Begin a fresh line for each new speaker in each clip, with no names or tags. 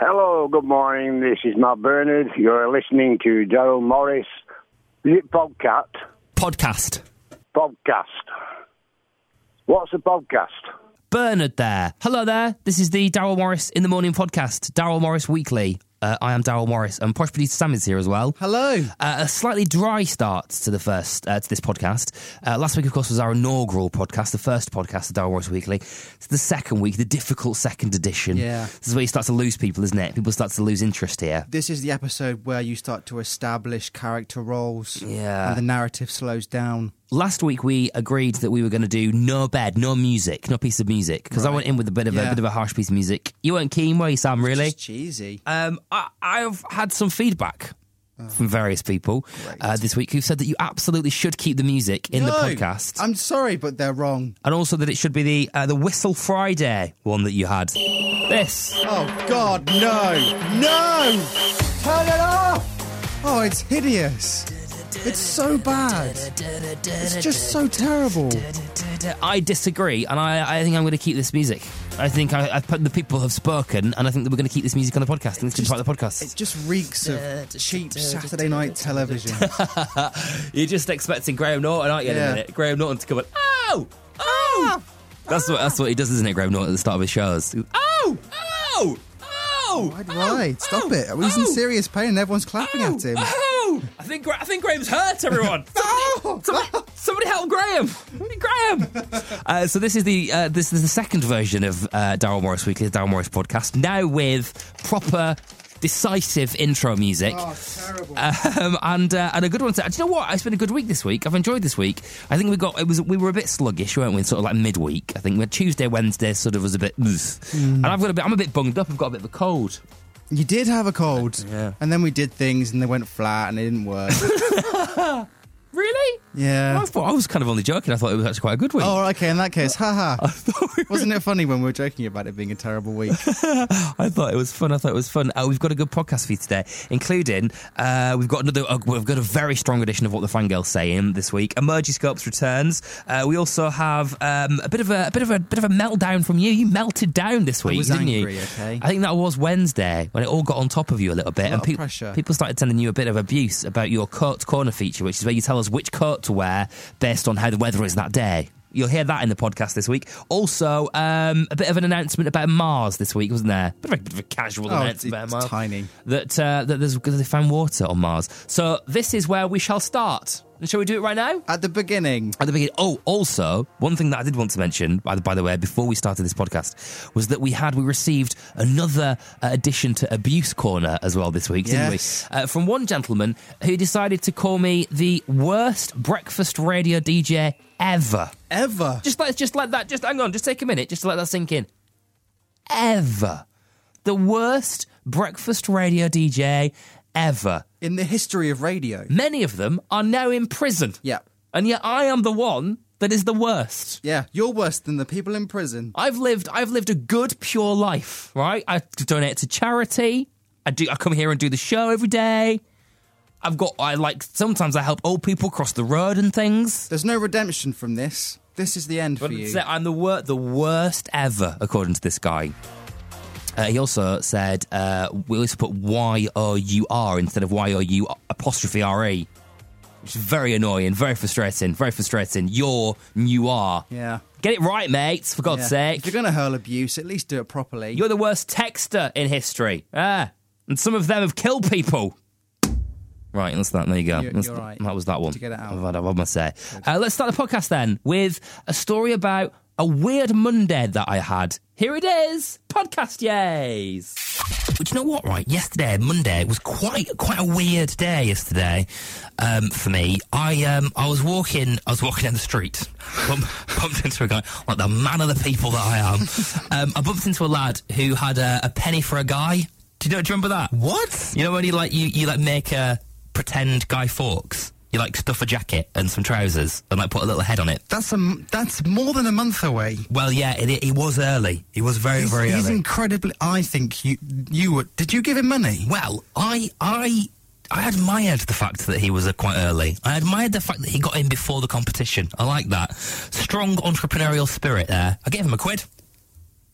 Hello, good morning. This is Matt Bernard. You're listening to Daryl Morris. Is it Bobcat?
Podcast.
Podcast. What's a podcast?
Bernard there. Hello there. This is the Daryl Morris in the Morning podcast, Daryl Morris Weekly. Uh, I am Daryl Morris, and Posh Producer Sam is here as well.
Hello.
Uh, a slightly dry start to the first uh, to this podcast. Uh, last week, of course, was our inaugural podcast, the first podcast of Daryl Morris Weekly. It's the second week, the difficult second edition.
Yeah.
this is where you start to lose people, isn't it? People start to lose interest here.
This is the episode where you start to establish character roles.
Yeah.
And the narrative slows down.
Last week we agreed that we were going to do no bed, no music, no piece of music because I went in with a bit of a
Yeah.
bit of a harsh piece of music. You weren't keen, were you, Sam? Really?
It's cheesy.
Um, I, I've had some feedback from various people uh, this week who've said that you absolutely should keep the music in the
No,
podcast,
I'm sorry, but they're wrong.
and also that it should be the uh, the Whistle Friday one that you had. This
Oh, God, no. No! Turn it off! Oh, it's hideous. It's so bad. It's just so terrible.
I disagree, and I, I think I'm going to keep this music. I think I, I, the people have spoken, and I think that we're going to keep this music on the podcast. And it's going to be part of the podcast.
It just reeks of cheap Saturday night television.
You're just expecting Graham Norton, aren't you? In
Yeah. Ah!
a minute, Graham Norton to come and oh, oh. That's what that's what he does, isn't it? Graham Norton at the start of his shows. Oh, oh, oh.
Right,
oh,
right. Stop
oh,
it. He's in
oh,
serious pain and everyone's clapping
oh,
at him.
Oh, I think Gra- I think Graham's hurt. Everyone. Somebody, somebody, somebody help Graham. Graham. Uh, so this is the uh, this is the second version of uh, Daryl Morris Weekly, the Daryl Morris podcast, now with proper. Decisive intro music.
Oh, terrible.
Um, and uh, and a good one. To, do you know what? It's been a good week this week. I've enjoyed this week. I think we got it was we were a bit sluggish, weren't we? Sort of like midweek. I think we had Tuesday, Wednesday, sort of was a bit. "Oof." And I've got a bit. I'm a bit bunged up. I've got a bit of a cold.
You did have a cold.
Yeah.
And then we did things and they went flat and it didn't work.
Really?
yeah.
I thought I was kind of only joking. I thought it was actually quite a good week.
Oh, okay, in that case, haha. Wasn't it funny when we were joking about it being a terrible week?
I thought it was fun. I thought it was fun. Uh, we've got a good podcast for you today, including uh, we've got another. Uh, we've got a very strong edition of what the fangirl's saying this week. Emergy Scopes returns. Uh, we also have um, a bit of a, a bit of a bit of a meltdown from you. You melted down this week,
was
didn't
angry,
you?
okay.
I think that was Wednesday when it all got on top of you a little bit, and
of
peop-
pressure.
people started sending you a bit of abuse about your coat corner feature, which is where you tell us which coat to wear based on how the weather is that day. You'll hear that in the podcast this week. Also, um, a bit of an announcement about Mars this week, wasn't there? Bit of a, bit of a casual
Oh,
announcement
it's-
about
it's
Mars.
tiny.
That, uh, that there's, that they found water on Mars. So this is where we shall start. And shall we do it right now?
At the beginning,
At the beginning. Oh, also, one thing that I did want to mention, by the, by the way, before we started this podcast, was that we had we received another uh, addition to Abuse Corner as well this week,
Yes.
didn't we? Uh, from one gentleman who decided to call me the worst breakfast radio DJ ever.
ever.
Just let just let that just hang on, just take a minute, just to let that sink in. Ever, the worst breakfast radio DJ ever.
In the history of radio.
Many of them are now in prison.
Yeah.
And yet I am the one that is the worst.
Yeah, you're worse than the people in prison.
I've lived I've lived a good pure life, right? I donate to charity. I do I come here and do the show every day. I've got I like sometimes I help old people cross the road and things.
There's no redemption from this. This is the end for
But
you.
it's- I'm the wor- the worst ever according to this guy. Uh, he also said uh, we always put Y O U R instead of Y O U apostrophe R E. Which is very annoying, very frustrating, very frustrating. You're you are.
Yeah.
Get it right, mate, for God's
Yeah.
sake.
If you're going to hurl abuse, at least do it properly.
You're the worst texter in history. Ah, and some of them have killed people. Right, that's that. There you go.
You're-
That's-
you're right.
That was that one.
To get it out.
I've had, I've had my say. Uh, let's start the podcast then with a story about a weird Monday that I had. Here it is, podcast yays. But you know what, right? Yesterday, Monday, was quite quite a weird day. Yesterday, um, for me, I um, I was walking, I was walking down the street, bump, bumped into a guy, like the man of the people that I am. Um, I bumped into a lad who had a, a penny for a guy. Do you know? Do you remember that?
What?
You know when you like you, you like make a pretend Guy Fawkes. You like stuff a jacket and some trousers and like put a little head on it.
That's a, m- that's more than a month away.
Well, yeah, it, it was early. It was very, very
he's
early.
incredibly. I think you you were. Did you give him money?
Well, I I I admired the fact that he was uh, quite early. I admired the fact that he got in before the competition. I like that strong entrepreneurial spirit there. I gave him a quid.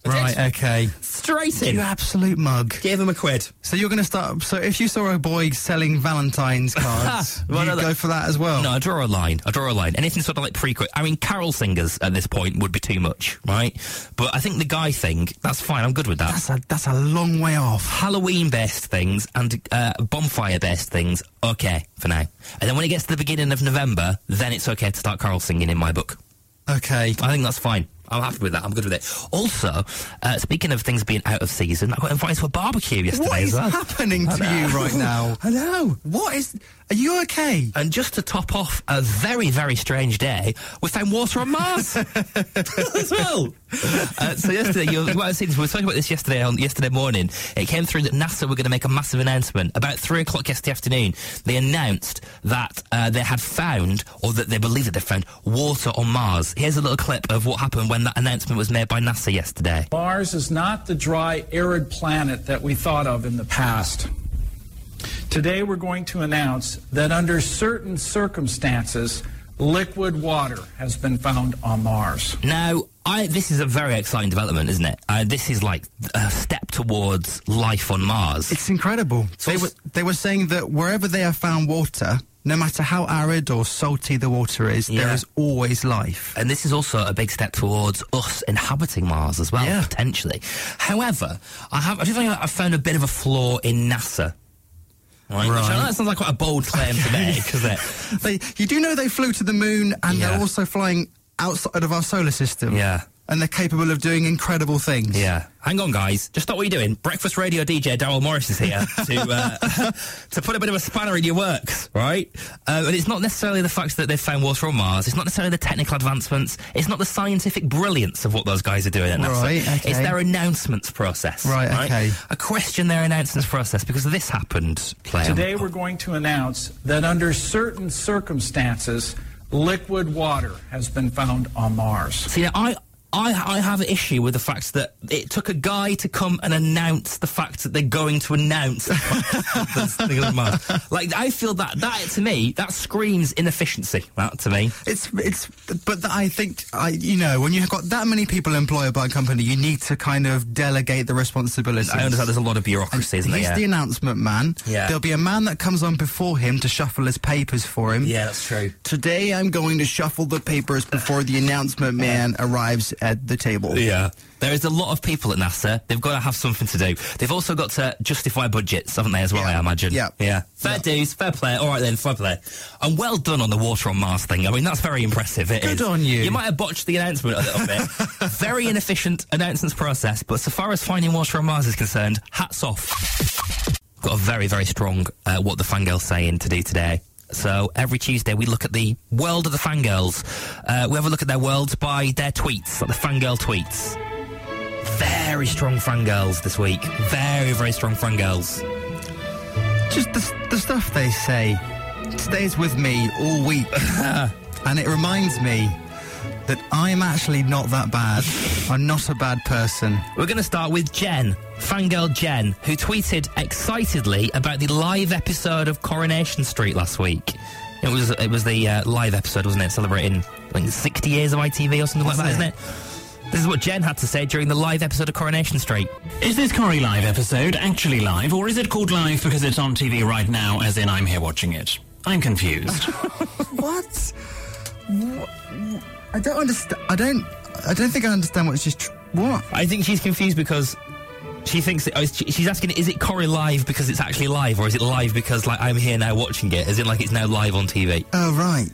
Right, okay.
Straight
You
in.
absolute mug.
Give him a quid.
So you're going to start. So if you saw a boy selling Valentine's cards,
Well,
you'd
no, that-
go for that as well.
No, I draw a line. I draw a line. Anything sort of like pre I mean, carol singers at this point would be too much, right? But I think the guy thing, that's fine. I'm good with that.
That's a that's a long way off.
Halloween based things and uh, bonfire based things, okay for now. And then when it gets to the beginning of November, then it's okay to start carol singing in my book.
Okay.
I think that's fine. I'm happy with that. I'm good with it. Also, uh, speaking of things being out of season, I got invited to a barbecue yesterday
What
as
is
well.
happening to you right now?
I know.
What is? Are you okay?
And just to top off a very, very strange day, we found water on Mars as well. Uh, so yesterday, you, you might have seen, this, we were talking about this yesterday on yesterday morning. It came through that NASA were going to make a massive announcement. About three o'clock yesterday afternoon, they announced that uh, they had found, or that they believe that they found, water on Mars. Here's a little clip of what happened when that announcement was made by NASA yesterday.
Mars is not the dry, arid planet that we thought of in the past. Today, we're going to announce that under certain circumstances, liquid water has been found on Mars.
Now, I, this is a very exciting development, isn't it? Uh, this is like a step towards life on Mars.
It's incredible.
So
they were
it's-
they were saying that wherever they have found water, no matter how arid or salty the water is, there
Yeah.
is always life.
And this is also a big step towards us inhabiting Mars as well,
Yeah.
potentially. However, I have I do think I found a bit of a flaw in NASA. Right. Which I know that sounds like quite a bold claim to make, because it?
They, you do know they flew to the moon, and
Yeah.
they're also flying outside of our solar system.
Yeah.
and they're capable of doing incredible things.
Yeah. Hang on, guys. Just stop what you're doing. Breakfast radio DJ Daryl Morris is here to uh, to put a bit of a spanner in your works, right? Uh, and it's not necessarily the fact that they've found water on Mars. It's not necessarily the technical advancements. It's not the scientific brilliance of what those guys are doing at NASA.
Right, okay.
It's their announcements process.
Right, okay.
I question their announcements process because this happened, Claire.
Today, we're going to announce that under certain circumstances, liquid water has been found on Mars.
See, now, I, I, I have an issue with the fact that it took a guy to come and announce the fact that they're going to announce. the fact that they're gonna announce. like, I feel that that to me that screams inefficiency. That to me,
It's it's, but th- I think I you know when you've got that many people employed by a company, you need to kind of delegate the responsibility.
I understand there's a lot of bureaucracy, isn't there?
He's
Yeah.
the announcement man.
Yeah.
There'll be a man that comes on before him to shuffle his papers for him.
Yeah, that's true.
Today I'm going to shuffle the papers before the announcement man arrives at the table.
Yeah. There is a lot of people at NASA. They've got to have something to do. They've also got to justify budgets, haven't they, as well,
Yeah.
I imagine?
Yeah.
Yeah. Fair dues, fair play. All right then, fair play. And well done on the water on Mars thing. I mean, that's very impressive. It is.
Good on you.
You might have botched the announcement a little bit. very inefficient announcements process, but so far as finding water on Mars is concerned, hats off. Got a very, very strong uh, What the Fangirl's Saying to do today. So every Tuesday we look at the world of the fangirls. Uh, we have a look at their worlds by their tweets, like the fangirl tweets. Very strong fangirls this week. Very, very strong fangirls.
Just the, the stuff they say stays with me all week, and it reminds me that I'm actually not that bad. I'm not a bad person.
We're going to start with Jen, fangirl Jen, who tweeted excitedly about the live episode of Coronation Street last week. It was it was the uh, live episode, wasn't it? Celebrating I think 60 years of ITV or something like that,
Is
isn't
it?
it? This is what Jen had to say during the live episode of Coronation Street.
Is this Corrie Live episode actually live, or is it called live because it's on TV right now, as in I'm here watching it? I'm confused.
What? I don't understand. I don't. I don't think I understand what she's. Tr- what?
I think she's confused because she thinks it, oh, she- she's asking, is it Corey live because it's actually live, or is it live because like I'm here now watching it? Is it like it's now live on TV?
Oh right.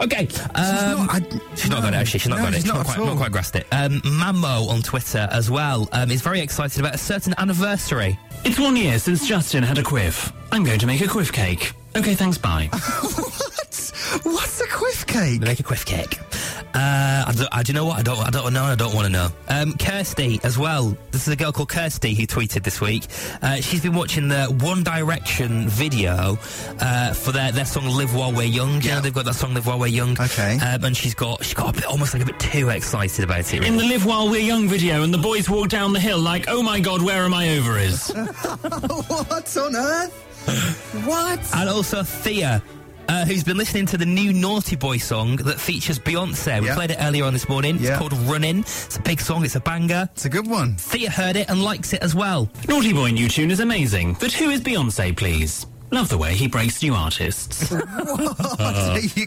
Okay, um,
not- I-
she's not
no.
got it. Actually, she's not
No,
got it.
she's
She's not,
not at
quite,
all.
not quite grasped it. Um, Mammo on Twitter as well um, is very excited about a certain anniversary.
it's one year since Justin had a quiff. I'm going to make a quiff cake. Okay, thanks, bye.
What? What's a quiff cake?
They make a quiff cake. Uh, I, don't, I do you know what I don't. I don't know. I don't want to know. Um, Kirsty as well. This is a girl called Kirsty who tweeted this week. Uh, she's been watching the One Direction video uh, for their, their song "Live While We're Young." You know, they've got that song "Live While We're Young."
Okay.
Um, and she's got she got a bit, almost like a bit too excited about it.
In
Really.
the Live While We're Young video, and the boys walk down the hill like, oh my god, where are my ovaries?
what on earth? What?
And also Thea. uh, who's been listening to the new Naughty Boy song that features Beyonce. We
Yeah.
played it earlier on this morning.
Yeah.
It's called Running. It's a big song. It's a banger.
It's a good one.
Thea heard it and likes it as well.
Naughty Boy new tune is amazing, but who is Beyonce, please? Love the way he breaks new artists.
Are you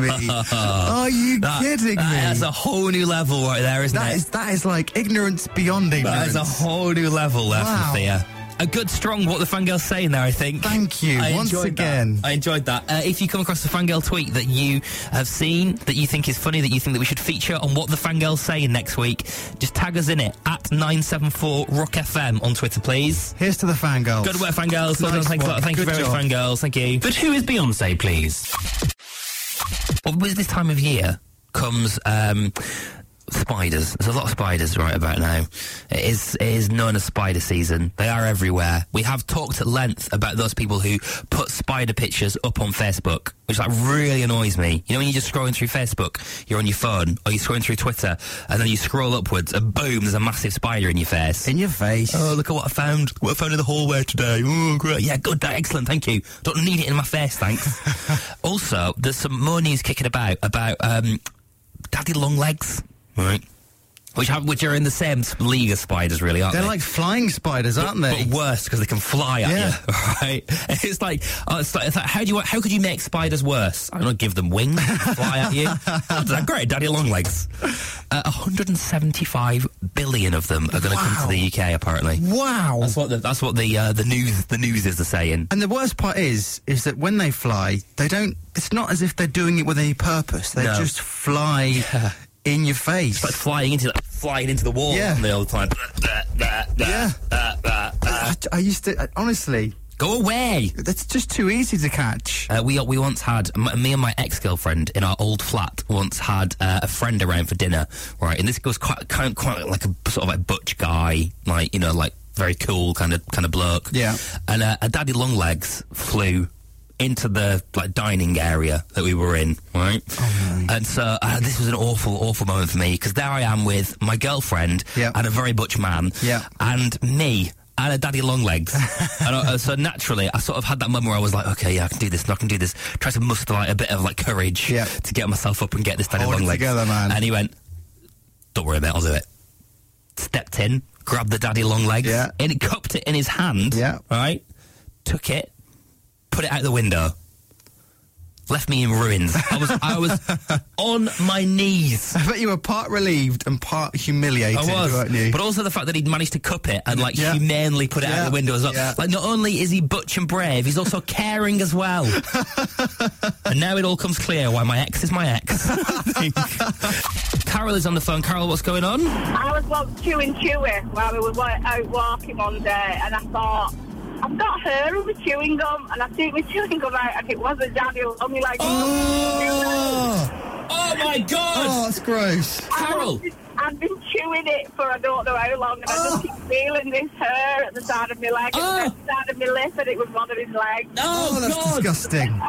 me? Are you
Uh-huh. That-
kidding me?
that- That's a whole new level right there, isn't
That
it?
is that is like ignorance beyond
That
ignorance.
is a whole new level there
Wow.
from Thea. A good strong what the fangirl's saying there, I think.
Thank you,
I
once
enjoyed that.
again.
I enjoyed that. Uh, if you come across a fangirl tweet that you have seen, that you think is funny, that you think that we should feature on what the fangirl's saying next week, just tag us in it at 974 Rock FM on Twitter, please.
Here's to the fangirls.
Good work, fangirls. Well done.
Nice
Thank, you-
one.
thank you
Good
very
job.
much, fangirls. Thank you.
but who is Beyonce, please?
Well, with this time of year comes um, spiders. There's a lot of spiders right about now. It is, it is known as spider season. They are everywhere. We have talked at length about those people who put spider pictures up on Facebook, which like really annoys me. You know, when you're just scrolling through Facebook, you're on your phone, or you're scrolling through Twitter, and then you scroll upwards, and boom, there's a massive spider in your face.
In your face.
Oh, look at what I found. What I found in the hallway today. Oh, great. Yeah, good. that- Excellent. Thank you. Don't need it in my face, thanks. also, there's some more news kicking about about um, daddy long legs. Right. Which, have, which are in the same league as spiders, really, aren't
They're
they?
like flying spiders, aren't they?
But worse because they can fly at
Yeah.
you, right? It's like, uh, it's like, it's like, how do you how could you make spiders worse? I'm gonna give them wings, fly at you. Oh, they're great, daddy long legs. Uh, 175 billion of them are gonna come to the UK apparently.
wow.
That's what the, that's what the uh, the news the news is saying.
And the worst part is, is that when they fly, they don't. It's not as if they're doing it with any purpose. They
No.
just fly in your face.
Like flying into like, flying into the wall
Yeah.
aren't they, all the time.
yeah. I, I used to I- honestly.
Go away.
That's just too easy to catch.
Uh, we we once had m- me and my ex girlfriend in our old flat once had uh, a friend around for dinner, right? And this was quite kind of quite like a sort of like butch guy, like you know, like very cool kind of kind of bloke.
Yeah.
And uh, a daddy long legs flew into the like dining area that we were in, right?
Oh,
and so uh, this was an awful, awful moment for me because there I am with my girlfriend
Yeah.
and a very butch man,
Yeah.
and me and a daddy long legs. and I, uh, so naturally, I sort of had that moment where I was like, okay, yeah, I can do this, I can do this. Try to muster like a bit of like courage
Yeah.
to get myself up and get this daddy
Hold
long
it
legs.
together, man.
And he went, don't worry about it, I'll do it. Stepped in, grabbed the daddy long legs,
Yeah.
and cupped it in his hand,
Yeah.
right? Took it, put it out the window. Left me in ruins. I was I was on my knees.
I bet you were part relieved and part humiliated,
I was,
weren't you?
but also the fact that he'd managed to cup it and like
Yeah.
humanely put it out
Yeah.
the window as well.
Yeah.
Like, not only is he butch and brave, he's also caring as well. and now it all comes clear why my ex is my ex. Carol is on the phone. Carol, what's going on?
I was once chewing chewy while we were wa- out walking one day, and I thought, I've got her with the chewing gum, and I took my chewing gum out, and it wasn't daddy, it was only like.
oh,
Oh my
oh,
god,
that's gross.
Carol!
I've been chewing it for I don't know how long, and I just keep feeling this hair at the side of my leg,
Oh.
at the side of my lip, and it was one of his legs.
Oh,
that's
god!
disgusting.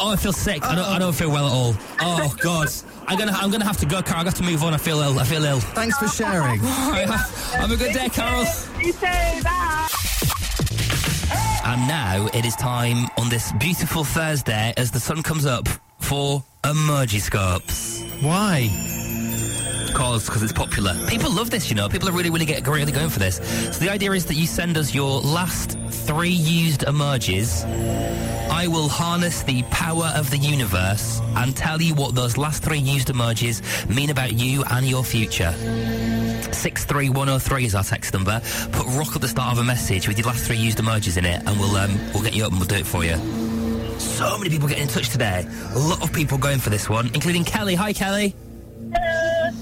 Oh, I feel sick. I don't, I don't feel well at all. Oh god, I'm gonna I'm gonna have to go, Carol. I have to move on. I feel ill. I feel ill.
Thanks for sharing.
All right, have, have a good day, Carol.
You say that.
And now it is time on this beautiful Thursday as the sun comes up for emoji scopes.
Why?
Cause because it's popular. People love this, you know. People are really, really get really going for this. So the idea is that you send us your last three used emojis. I will harness the power of the universe and tell you what those last three used emojis mean about you and your future. 63103 is our text number. Put rock at the start of a message with your last three used emojis in it and we'll um, we'll get you up and we'll do it for you. So many people getting in touch today. A lot of people going for this one, including Kelly. Hi Kelly.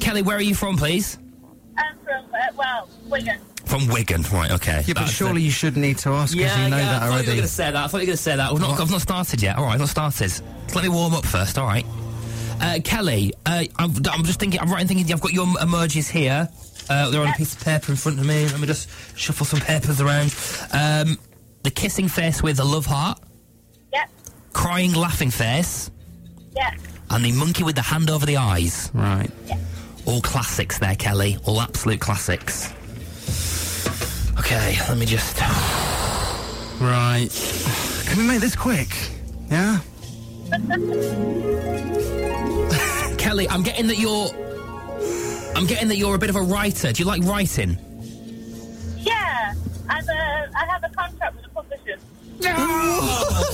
Kelly, where are you from, please?
I'm from, uh, well, Wigan.
From Wigan, right? Okay.
Yeah, but
That's
surely you should need to ask
the-
because you know
yeah,
that
I thought you were
already.
going to say that. I thought you were going to say that. I've not, I've not started yet. All right, I've not started. Let me warm up first. All right. Uh, Kelly, uh, I'm, I'm just thinking. I'm right in thinking. I've got your emerges here. Uh, they're on a piece of paper in front of me. Let me just shuffle some papers around. Um, the kissing face with a love heart,
Yep,
crying laughing face,
yep.
and the monkey with the hand over the eyes.
Right.
All classics there, Kelly. All absolute classics. Okay, let me just.
Right. Can we make this quick? Yeah?
Kelly, I'm getting that you're. I'm getting that you're a bit of a writer. Do you like writing?
Yeah, and uh, I have a contract with the publishers.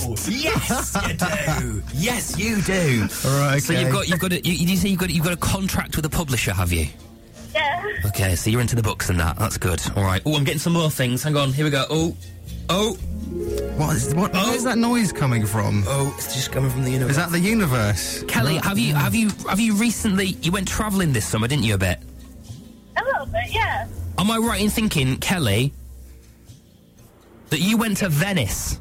Oh, yes, you do. Yes, you do.
All right,
So
okay.
you've got you've got a, you, you say you've got you've got a contract with a publisher, have you?
Yeah.
Okay, so you're into the books and that. That's good. All right. Oh, I'm getting some more things. Hang on. Here we go. Oh, oh,
What is, what,
Oh.
where's that noise coming from?
oh. It's just coming from the universe.
Is that the universe?
Kelly, have you have you have you recently you went travelling this summer, didn't you? A bit.
A little bit, yeah.
Am I right in thinking, Kelly, that you went to Venice?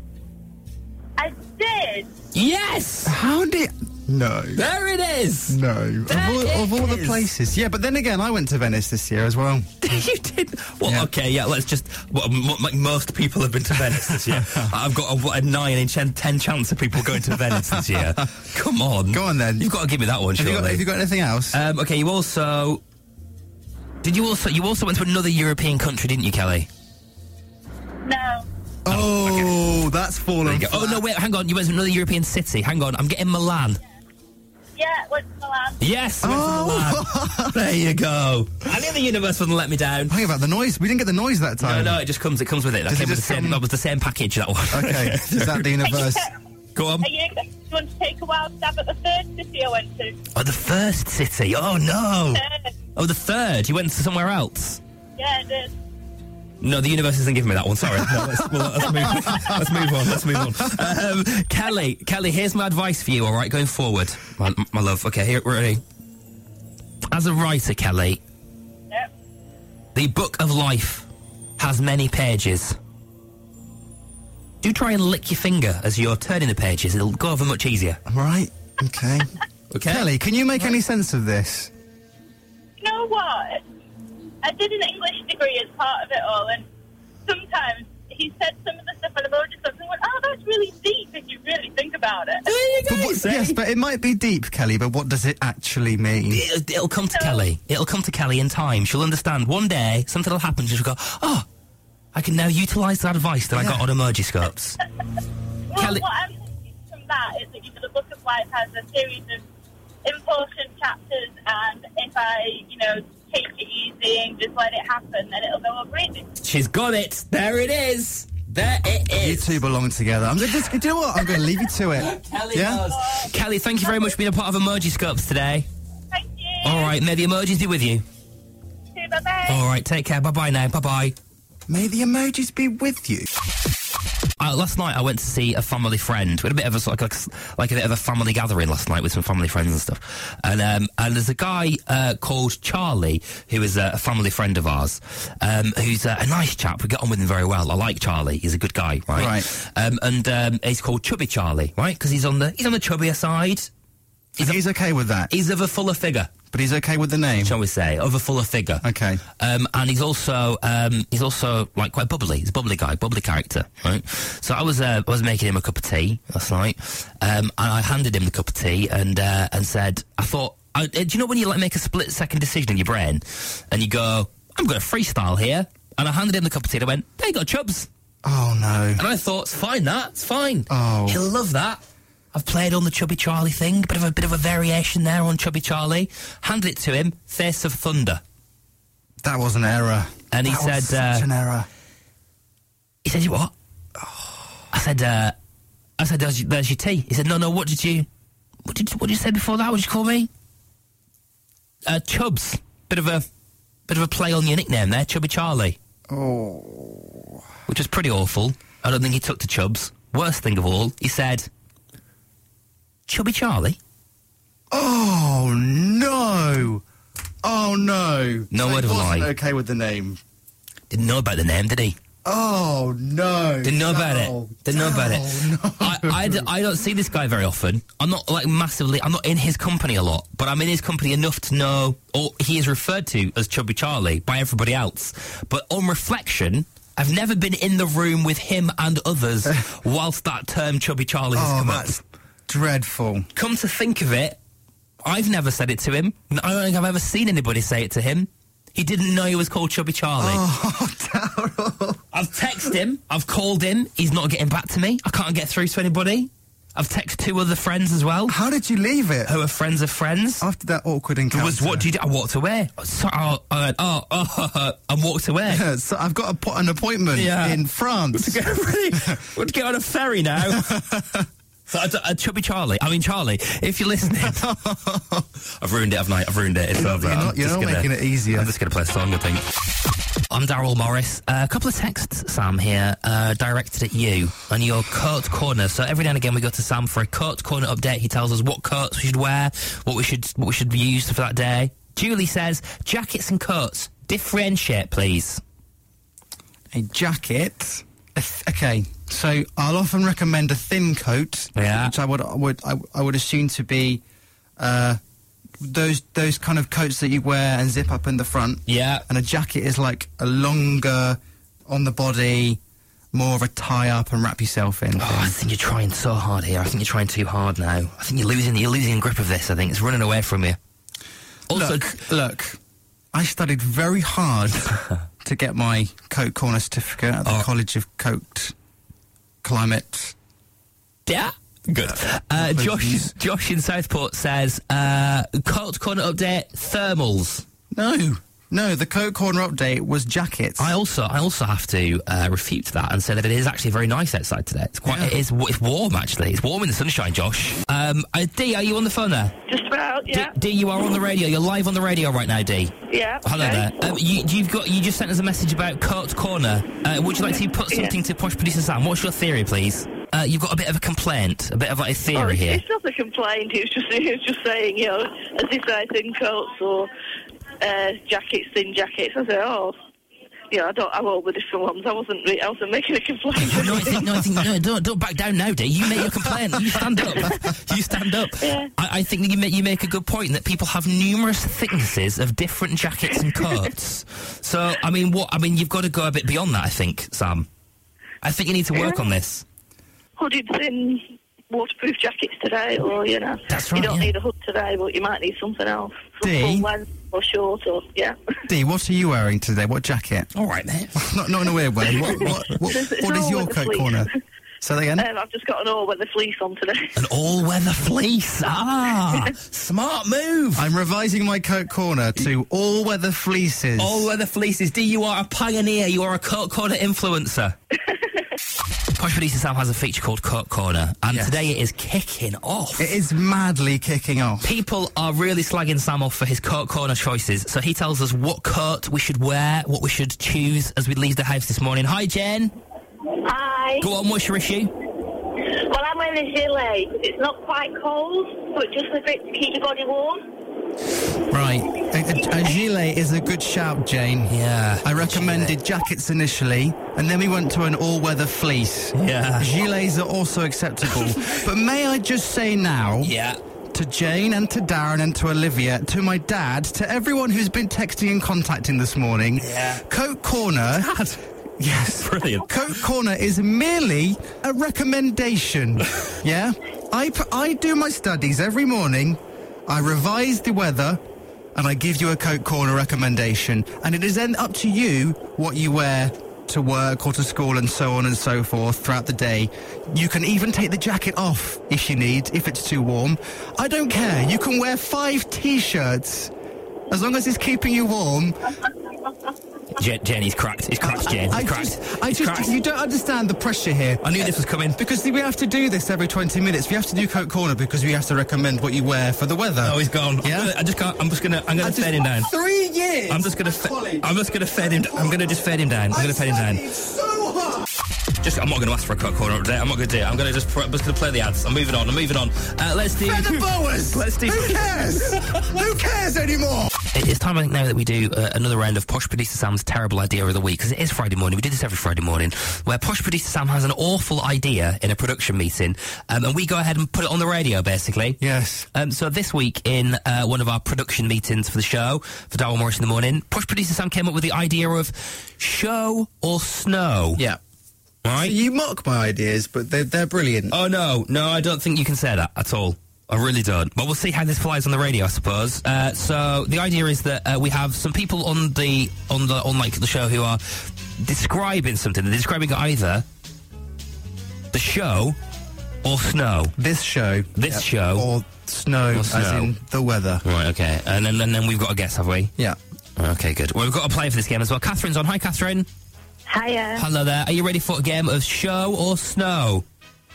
I did.
Yes,
How did. No.
there it is.
No. Of
There
all, of all
it
the
is.
places. Yeah, but then again, I went to Venice this year as well.
you did. Well,
Yeah.
okay, yeah. Let's just. Well, m- like most people have been to Venice this year. I've got a, what, a nine in ch- ten chance of people going to Venice this year. Come on,
Go on then.
You've got to give me that one,
Have
surely.
you, got, have you got anything else?
Um, okay, you also did you also you also went to another European country, didn't you, Kelly?
No.
oh, that's
There
fallen.
you go. Oh no, wait, hang on. You went to another European city. Hang on, I'm getting Milan.
Yeah, went to Milan.
Yes, I went to Milan. there you go. Oh. I knew the universe wouldn't let me down.
Hang about the noise. We didn't get the noise that
No,
time.
no, it just comes. It comes with it. That,
Does it
came with the
just
same,
come-
that was the same package. That one.
Okay, is that the universe?
go on.
Are you, do you want to take a wild stab at the third city I went to?
Oh, the first city. Oh no.
Third.
Oh, the third. You went to somewhere else.
Yeah, I did.
No, the universe isn't giving me that one. Sorry. No, let's, well, let's, move, let's move on. Let's move on. Um, Kelly, Kelly, here's my advice for you. All right, going forward, my, my love. Okay, here, ready. As a writer, Kelly,
Yep.
the book of life has many pages. Do try and lick your finger as you're turning the pages. It'll go over much easier.
right. Okay.
Okay.
Kelly, can you make any sense of this?
You know what? I did an English degree as part of it all, and sometimes he said some of the stuff on the road and stuff, and I went, oh, that's really deep if you really think about it.
There you go.
But what- yes, but it might be deep, Kelly. But what does it actually mean?
It, it'll come to Kelly. It'll come to Kelly in time. She'll understand. One day, something will happen. She'll go, oh, I can now utilise that advice that I got on Emergy Scopes.
Well,
Kelly-
what I'm thinking from that is that you know, the Book of Life has a series of important chapters, and if I, you know, take it easy and just let it happen, then it'll go over easy.
She's got it. There it is. There it
You
is.
two belong together. I'm gonna just. Do you know what? I'm going to leave you to it.
Kelly
Yeah?
does. Kelly, thank you very much for being a part of Emergy Scopes today.
Thank you.
All right, may the emojis be with you.
Bye bye.
All right, take care. Bye bye now. Bye bye.
May the emojis be with you.
Uh, last night I went to see a family friend. We had a bit of a sort of like, like a bit of a family gathering last night with some family friends and stuff. And um, and there's a guy uh, called Charlie who is a, a family friend of ours, um, who's a, a nice chap. We get on with him very well. I like Charlie. He's a good guy, right?
Right.
Um, and um, he's called Chubby Charlie, right? Because he's on the he's on the chubbier side.
He's, okay with that,
He's of a fuller figure,
but he's okay with the name.
shall we say? Of a fuller figure.
Okay.
Um, and he's also um, he's also like quite bubbly. He's a bubbly guy, bubbly character, right? So I was uh, I was making him a cup of tea last night, um, and I handed him the cup of tea and uh, and said, I thought, I, uh, do you know when you like make a split second decision in your brain, and you go, I'm going to freestyle here, and I handed him the cup of tea. and I went, there you go, Chubs,
Oh no.
and I thought, it's fine that it's fine.
Oh.
he'll love that. I've played on the Chubby Charlie thing, bit of a bit of a variation there on Chubby Charlie. Handed it to him, Face of Thunder.
That was an error.
And he
That
said,
was such
uh,
an error.
He said, "You what?" I said, uh, "I said, there's, your- there's your tea." He said, "No, no. What did you, what did, what did you say before that? What did you call me?" Uh, Chubbs. Bit of a, bit of a play on your nickname there, Chubby Charlie. Oh. Which was pretty awful. I don't think he took to Chubbs. Worst thing of all, he said, "Chubby Charlie."
Oh no. Oh no.
No
So he
word of a
wasn't
lie.
Okay with the name.
Didn't know about the name, did he?
Oh no.
Didn't know about
Dal,
it. Didn't know about it.
Dal, no.
I, I d- I don't see this guy very often. I'm not like massively. I'm not in his company a lot, but I'm in his company enough to know. Or he is referred to as Chubby Charlie by everybody else. But on reflection, I've never been in the room with him and others whilst that term Chubby Charlie has
Oh,
come
that's
up.
dreadful.
Come to think of it, I've never said it to him. I don't think I've ever seen anybody say it to him. He didn't know he was called Chubby Charlie.
Oh, Darrell.
I've texted him. I've called him. He's not getting back to me. I can't get through to anybody. I've texted two other friends as well,
How did you leave it?
who are friends of friends.
After that awkward encounter.
was what do you do? I walked away. So, oh, uh, oh, oh, and walked away.
Yeah, so I've got a po- an appointment
Yeah.
in France.
really? Would get on a ferry now. So, uh, uh, Chubby Charlie, I mean Charlie, if you're listening, I've ruined it, haven't I? I've ruined it. It's over.
you're
I'm
not- you're
just
not
gonna-
making it easier.
I'm just going to play a song, I think. I'm Daryl Morris. Uh, a couple of texts, Sam, here, uh, directed at you on your coat corner. So every now and again, we go to Sam for a coat corner update. He tells us what coats we should wear, what we should what we should use for that day. Julie says jackets and coats differentiate, please.
a jacket. A th- okay, so I'll often recommend a thin coat,
Yeah.
which I would I would I, I would assume to be uh, those those kind of coats that you wear and zip up in the front.
Yeah.
and a jacket is like a longer on the body, more of a tie up and wrap yourself in.
Oh, I think you're trying so hard here. I think you're trying too hard now. I think you're losing. You're losing grip of this. I think it's running away from you. Also,
look, look, I studied very hard to get my coat corner certificate at the
Oh.
College of Coat Climate.
yeah, good. Uh, Josh, Josh in Southport says, uh, "Cult corner update thermals."
No, no, the coat corner update was jackets.
I also, I also have to uh, refute that and say that it is actually very nice outside today. It's quite, it is, it's warm actually. It's warm in the sunshine, Josh. Um, uh, D, are you on the phone there?
Just about, yeah.
D, D, you are on the radio. You're live on the radio right now, D.
yeah.
Hello
okay.
there. Um, you, you've got. You just sent us a message about Kurt Corner. Uh, would you like to put
Yeah.
something to Posh Producer Sam? What's your theory, please? Uh, you've got a bit of a complaint, a bit of like, a theory
Oh, it's,
here.
it's not a complaint. He was just he was just saying, you know, as he said, thin coats or uh, jackets, thin jackets. I said, oh, you know, I don't. I won't with different ones. I wasn't. Re- I wasn't making a
no, I
complaint.
think, no, I think, no, don't, don't back down now, Dee. You make your complaint. You stand up. You stand up.
Yeah.
I, I think that you make, you make a good point that people have numerous thicknesses of different jackets and coats. so, I mean, what? I mean, you've got to go a bit beyond that, I think, Sam. I think you need to work
Yeah.
on this.
Hooded thin waterproof jackets today, or you know,
That's
you
right,
don't
yeah.
need a hood today, but you might need something else, some
Dee?
full length or short, or yeah.
D, what are you wearing today? What jacket?
All right, mate.
Not, not in a weird way. What, what, what,
It's
what is
all
your
with the
coat
fleece.
corner? Say that
Uh,
again.
Um, I've just got an all-weather fleece on today.
An all-weather fleece. Ah, smart move.
I'm revising my coat corner to all weather fleeces.
All weather fleeces. D, you are a pioneer. You are a Court Corner influencer. Posh Producer Sam has a feature called Court Corner, and today it is kicking off.
It is madly kicking off.
People are really slagging Sam off for his coat corner choices, so he tells us what coat we should wear, what we should choose as we leave the house this morning. Hi, Jen.
Hi.
Go on, what's your issue?
Well, I'm wearing a gilet. It's not quite cold, but just a bit to keep your body warm.
Right. A, a, a gilet is a good shout, Jane.
Yeah.
I recommended jackets initially, and then we went to an all weather fleece.
Yeah.
Gilets are also acceptable. but may I just say now
Yeah.
to Jane and to Darren and to Olivia, to my dad, to everyone who's been texting and contacting this morning,
Yeah.
Coat Corner. Yes.
Brilliant.
Coat Corner is merely a recommendation. yeah? I, p- I do my studies every morning, I revise the weather, and I give you a Coat Corner recommendation. And it is then up to you what you wear to work or to school and so on and so forth throughout the day. You can even take the jacket off if you need, if it's too warm. I don't care. You can wear five t shirts. As long as it's keeping you warm,
Jen, Jen, he's cracked. He's cracked, Jen. He's
I
cracked.
just, I
He's
just,
cracked.
you don't understand the pressure here.
I knew this was coming.
Because we have to do this every 20 minutes. We have to do Coat Corner because we have to recommend what you wear for the weather.
Oh, he's gone.
Yeah?
I'm gonna, I just can't. I'm just gonna. I'm gonna
I just-
fed him down.
Three years!
I'm just gonna.
at
Fe-
college.
I'm just gonna fed him. I'm gonna just fed him down. I'm gonna fed him down.
studied so hard!
Just. I'm not gonna ask for a cut corner update. I'm not gonna do it. I'm gonna just. I'm just gonna play the ads. I'm moving on. I'm moving on. Uh, let's do.
Fred the Boas!
Let's do.
Who cares? Who cares anymore?
It- It's time, I think, now that we do uh, another round of Posh Producer Sam's terrible idea of the week, because it is Friday morning. We do this every Friday morning, where Posh Producer Sam has an awful idea in a production meeting, um, and we go ahead and put it on the radio, basically.
Yes.
Um, so this week, in uh, one of our production meetings for the show, for Darwin Morris in the morning, Posh Producer Sam came up with the idea of show or snow.
Yeah.
Right?
You mock my ideas, but they're, they're brilliant.
Oh no, no, I don't think you can say that at all. I really don't. But we'll see how this flies on the radio, I suppose. Uh, so the idea is that uh, we have some people on the on the on like the show who are describing something. They're describing either the show or snow.
This show.
This show.
Or snow,
Or
as
snow.
in the weather.
Right, okay. And then, and then we've got a guess, have we?
Yeah.
Okay, good. Well, we've got a player for this game as well. Catherine's on. Hi, Catherine.
Hiya.
Hello there. Are you ready for a game of show or snow?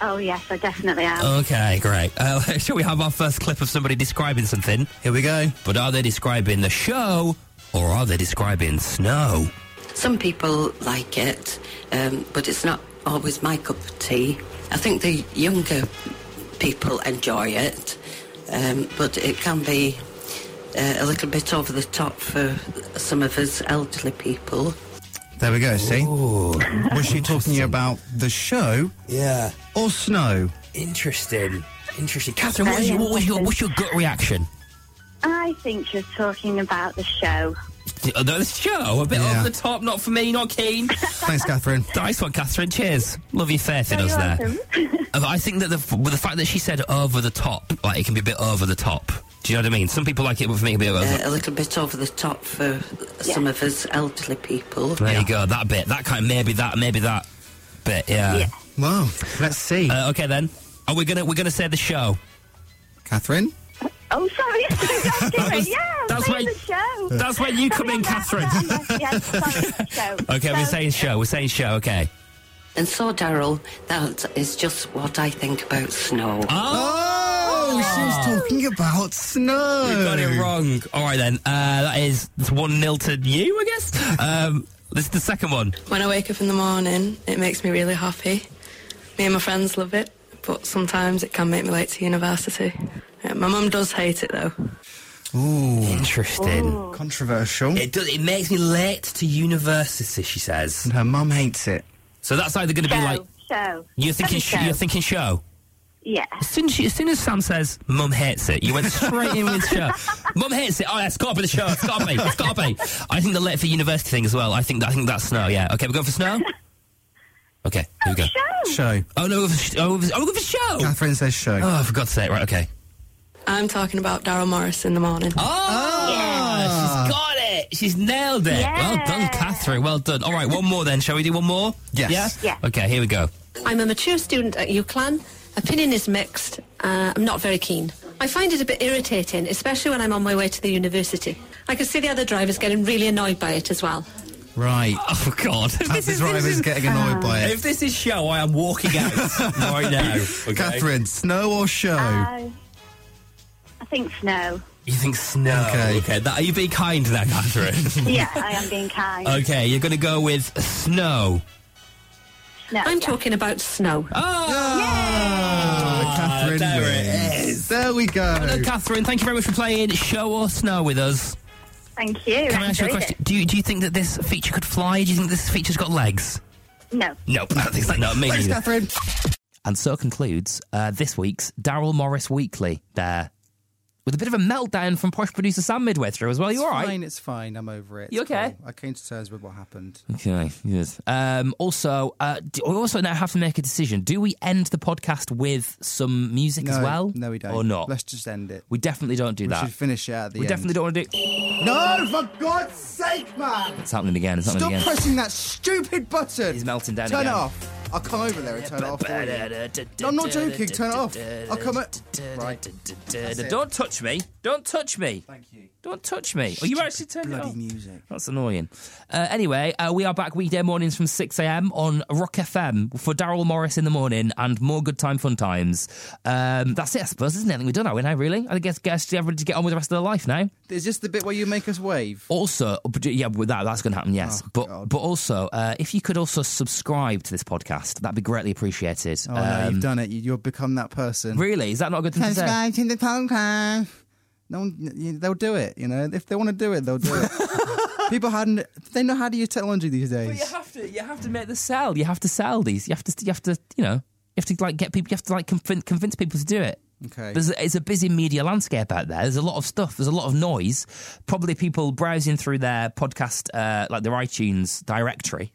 Oh, yes, I definitely am.
Okay, great. Uh, shall we have our first clip of somebody describing something?
Here we go.
But are they describing the show or are they describing snow?
Some people like it, um, but it's not always my cup of tea. I think the younger people enjoy it, um, but it can be uh, a little bit over the top for some of us elderly people.
There we go. See? Was she talking about the show
Yeah,
or snow?
interesting. Interesting. Catherine, what, is your, what was your, what's your gut reaction?
I think you're talking about the show.
Uh, The show? A bit
Yeah.
over the top, not for me, not keen.
Thanks, Catherine.
Nice one, Catherine. Cheers. Love your faith in us there. Uh, I think that the, f- with the fact that she said over the top, like it can be a bit over the top. Do you know what I mean? Some people like it, but for me, it can be a bit over
Uh,
the
a little bit over the top for some of us elderly people.
There you go. That bit. That kind. Maybe that. Maybe that bit. Yeah.
Yeah.
Wow. Let's see.
Uh, okay then. Are we gonna we're gonna say the show?
Catherine?
Oh, sorry. Yes,
That was-
yeah,
that's
that's
why-
the show.
That's when you come in,
Yeah,
Catherine.
yeah, yeah, yeah, sorry, show.
Okay,
So-
we're saying show. We're saying show. Okay.
And so, Daryl, that is just what I think about snow.
Oh, she was talking about snow.
Ah. You got
Oh.
it wrong. All right then. Uh, that is it's one nil to you, I guess. Um, this is the second one.
When I wake up in the morning, it makes me really happy. Me and my friends love it, but sometimes it can make me late to university. Yeah, my mum does hate it though.
Interesting.
Controversial.
It does. It makes me late to university. She says.
And her mum hates it.
So that's either going to be
show,
like
show.
you're thinking.
Show.
Sh- you're thinking show.
Yeah.
As soon as, she, as soon as Sam says mum hates it, you went straight in with show. Mum hates it. Oh, yeah, it's got to be the show. It's got to be. It's got to be. I think the late for university thing as well. I think that, I think that's snow. Yeah. Okay, we're going for snow. Okay, here we go.
Show.
Show.
Oh no, we're going for, sh- oh, we're oh, we're going for show.
Catherine says show.
Oh, for God's sake! Right. Okay.
I'm talking about Daryl Morris in the morning.
Oh,
Ah.
she's got it. She's nailed it. Well done, Catherine. Well done. All right, one more then. Shall we do one more?
Yes.
Yeah?
Yeah.
Okay, here we go.
I'm a mature student at UCLan. Opinion is mixed. Uh, I'm not very keen. I find it a bit irritating, especially when I'm on my way to the university. I can see the other drivers getting really annoyed by it as well.
Right.
Oh, God. If
That's
this
the
is, this
driver's
is,
getting annoyed by it.
if this is show, I am walking out right now. Okay.
Catherine, snow or show?
Uh, I think snow.
You think snow?
Okay.
Okay. That, are you being kind there, Catherine?
Yeah, I am being kind.
okay, you're going to go with snow.
No,
I'm
yeah.
talking about snow.
Oh,
Ah, Catherine
there it
wins. There we go.
Uh, Catherine, thank you very much for playing show or snow with us.
Thank you.
Can I ask you a
enjoyed
question? Do you, do you think that this feature could fly? Do you think this feature's got legs?
It. No.
Nope, I don't think so. No, me
Thanks,
neither.
Catherine.
And so concludes uh, this week's Daryl Morris Weekly there. With a bit of a meltdown from posh producer Sam midway through as well. You all
It's
right?
Fine, it's fine. I'm over it.
You
It's
okay?
cool. I came to terms with what happened.
Okay, yes. Um, also, uh, do, we also now have to make a decision. Do we end the podcast with some music as
No,
well?
No, we don't.
Or not?
Let's just end it.
we definitely don't do
We
that.
should finish it at the
we
end.
definitely don't want to do
No, for God's sake, man!
It's happening again. It's
Stop
happening again.
pressing that stupid button.
He's melting down
Turn
again.
it off. I'll come over there and turn it off. for you. No, I'm not joking. Turn it off. I'll come at. Right. it.
Don't touch me. Don't touch me. Thank you. Don't touch me. Are Oh, you actually turning it
Bloody
off?
music.
That's annoying. Uh, anyway, uh, we are back weekday mornings from 6 a.m. on Rock FM for Daryl Morris in the morning and more good time, fun times. Um, that's it, I suppose, isn't it? I think we've done that, we now, really. I guess, guess everybody to get on with the rest of their life now.
Is this the bit where you make us wave?
Also, but yeah, with that that's going to happen. Yes,
Oh,
but
God.
but also, uh, if you could also subscribe to this podcast, that'd be greatly appreciated.
Oh, no,
Um,
you've done it. You, you've become that person.
Really, is that not a good thing to say?
Subscribe to the podcast. No one, you- they'll do it. You know, if they want to do it, they'll do it. People hadn't. They know how to use technology these
But you
days.
have to, you have to make the sell. You have to sell these. You have to, you have to, you know, you have to like get people. You have to like convince, convince people to do it.
Okay.
There's a, it's a busy media landscape out there. There's a lot of stuff. There's a lot of noise. Probably people browsing through their podcast, uh, like their iTunes directory,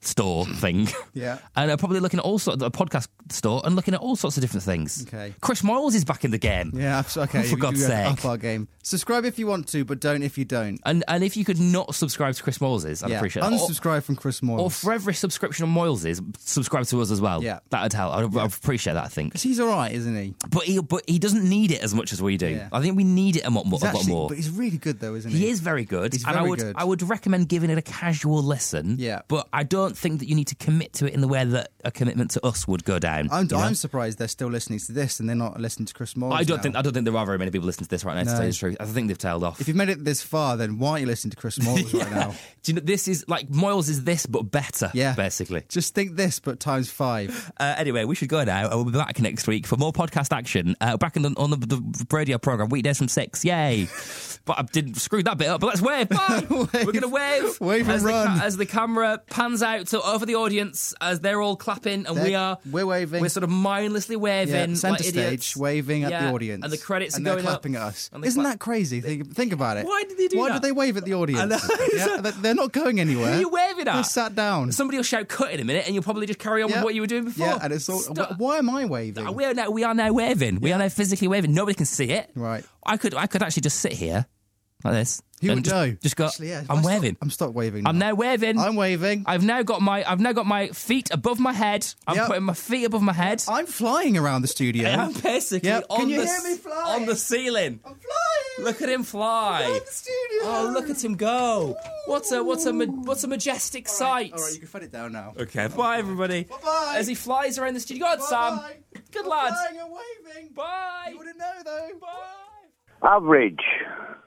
store thing.
Yeah.
And are probably looking at all sorts of a podcast store and looking at all sorts of different things.
Okay.
Chris Moyles is back in the game.
Yeah, abs- okay.
For
we-
God's
we have
sake.
Up our game. Subscribe if you want to, but don't if you don't.
And and if you could not subscribe to Chris Moyles's, I'd
yeah.
appreciate it. Or-
Unsubscribe from Chris Moyle.
Or for every subscription on Moyles's, subscribe to us as well.
Yeah.
that'd help. I'd, I'd appreciate that. I think.
He's all right, isn't he?
But he but he doesn't need it as much as we do.
Yeah.
I think we need it a lot more.
He's
a lot
actually-
more.
But he's really good though, isn't he?
He is very good,
He's
and I
very
would
good.
I would recommend giving it a casual listen.
Yeah.
but I don't think that you need to commit to it in the way that a commitment to us would go down.
I'm,
you know?
I'm surprised they're still listening to this and they're not listening to Chris Moyle.
I don't
now.
think I don't think there are very many people listening to this right now. To
No.
tell you the truth, I think they've tailed off.
If you've made it this far, then why aren't you listening to Chris Moyle right now?
Do you know this is like Moyles is this but better?
Yeah.
basically.
Just think this, but times five.
Uh, anyway, we should go now, and we'll be back next week for more podcast action. Uh, back on the, on the, the radio program weekdays from six. Yay! but I didn't screw that bit up. But let's wave. Bye. We're gonna wave.
Wave
as
and
The,
run.
ca- as the camera pans out to over the audience, as they're all clapping, and we
They're-
are
we're waving.
We're sort of mindlessly
Yeah,
waving,
centre
like
stage,
idiots.
waving at
Yeah,
the audience,
and the credits
and
are
they're
going
clapping
up.
at us.
And they
Isn't
clap-
that crazy? Think, think about it.
Why did they do
Why
that?
did they wave at the audience?
know, it's
yeah, they- they're not going anywhere.
Who are you waving at?
They're sat down.
Somebody will shout "cut" in a minute, and you'll probably just carry on
Yeah.
with what you were doing before.
Yeah, and it's all.
Stop.
wh- Why am I waving?
Uh, We are now we are now waving. We are now physically waving. Nobody can see it.
Right.
I could I could actually just sit here like this.
Who
and
would
just,
know?
Just go.
Actually, yeah,
I'm
I stop-
waving.
I'm stop waving.
I'm now waving.
I'm waving.
I've now got my I've now got my feet above my head. I'm
Yep.
putting my feet above my head.
I'm flying around the studio.
I'm basically
Yep.
on
Can you
the
hear me
s-
flying?
on the ceiling.
I'm flying.
Look at him fly.
I'm in the studio.
Oh, look at him go! What a what a ma- what a majestic sight!
All right, you can put it down now.
Okay, bye everybody.
Bye-bye.
As he flies around the studio, go on,
Bye-bye.
Sam. Good
I'm
lad.
Flying and waving.
Bye.
You wouldn't know though.
Bye.
Average.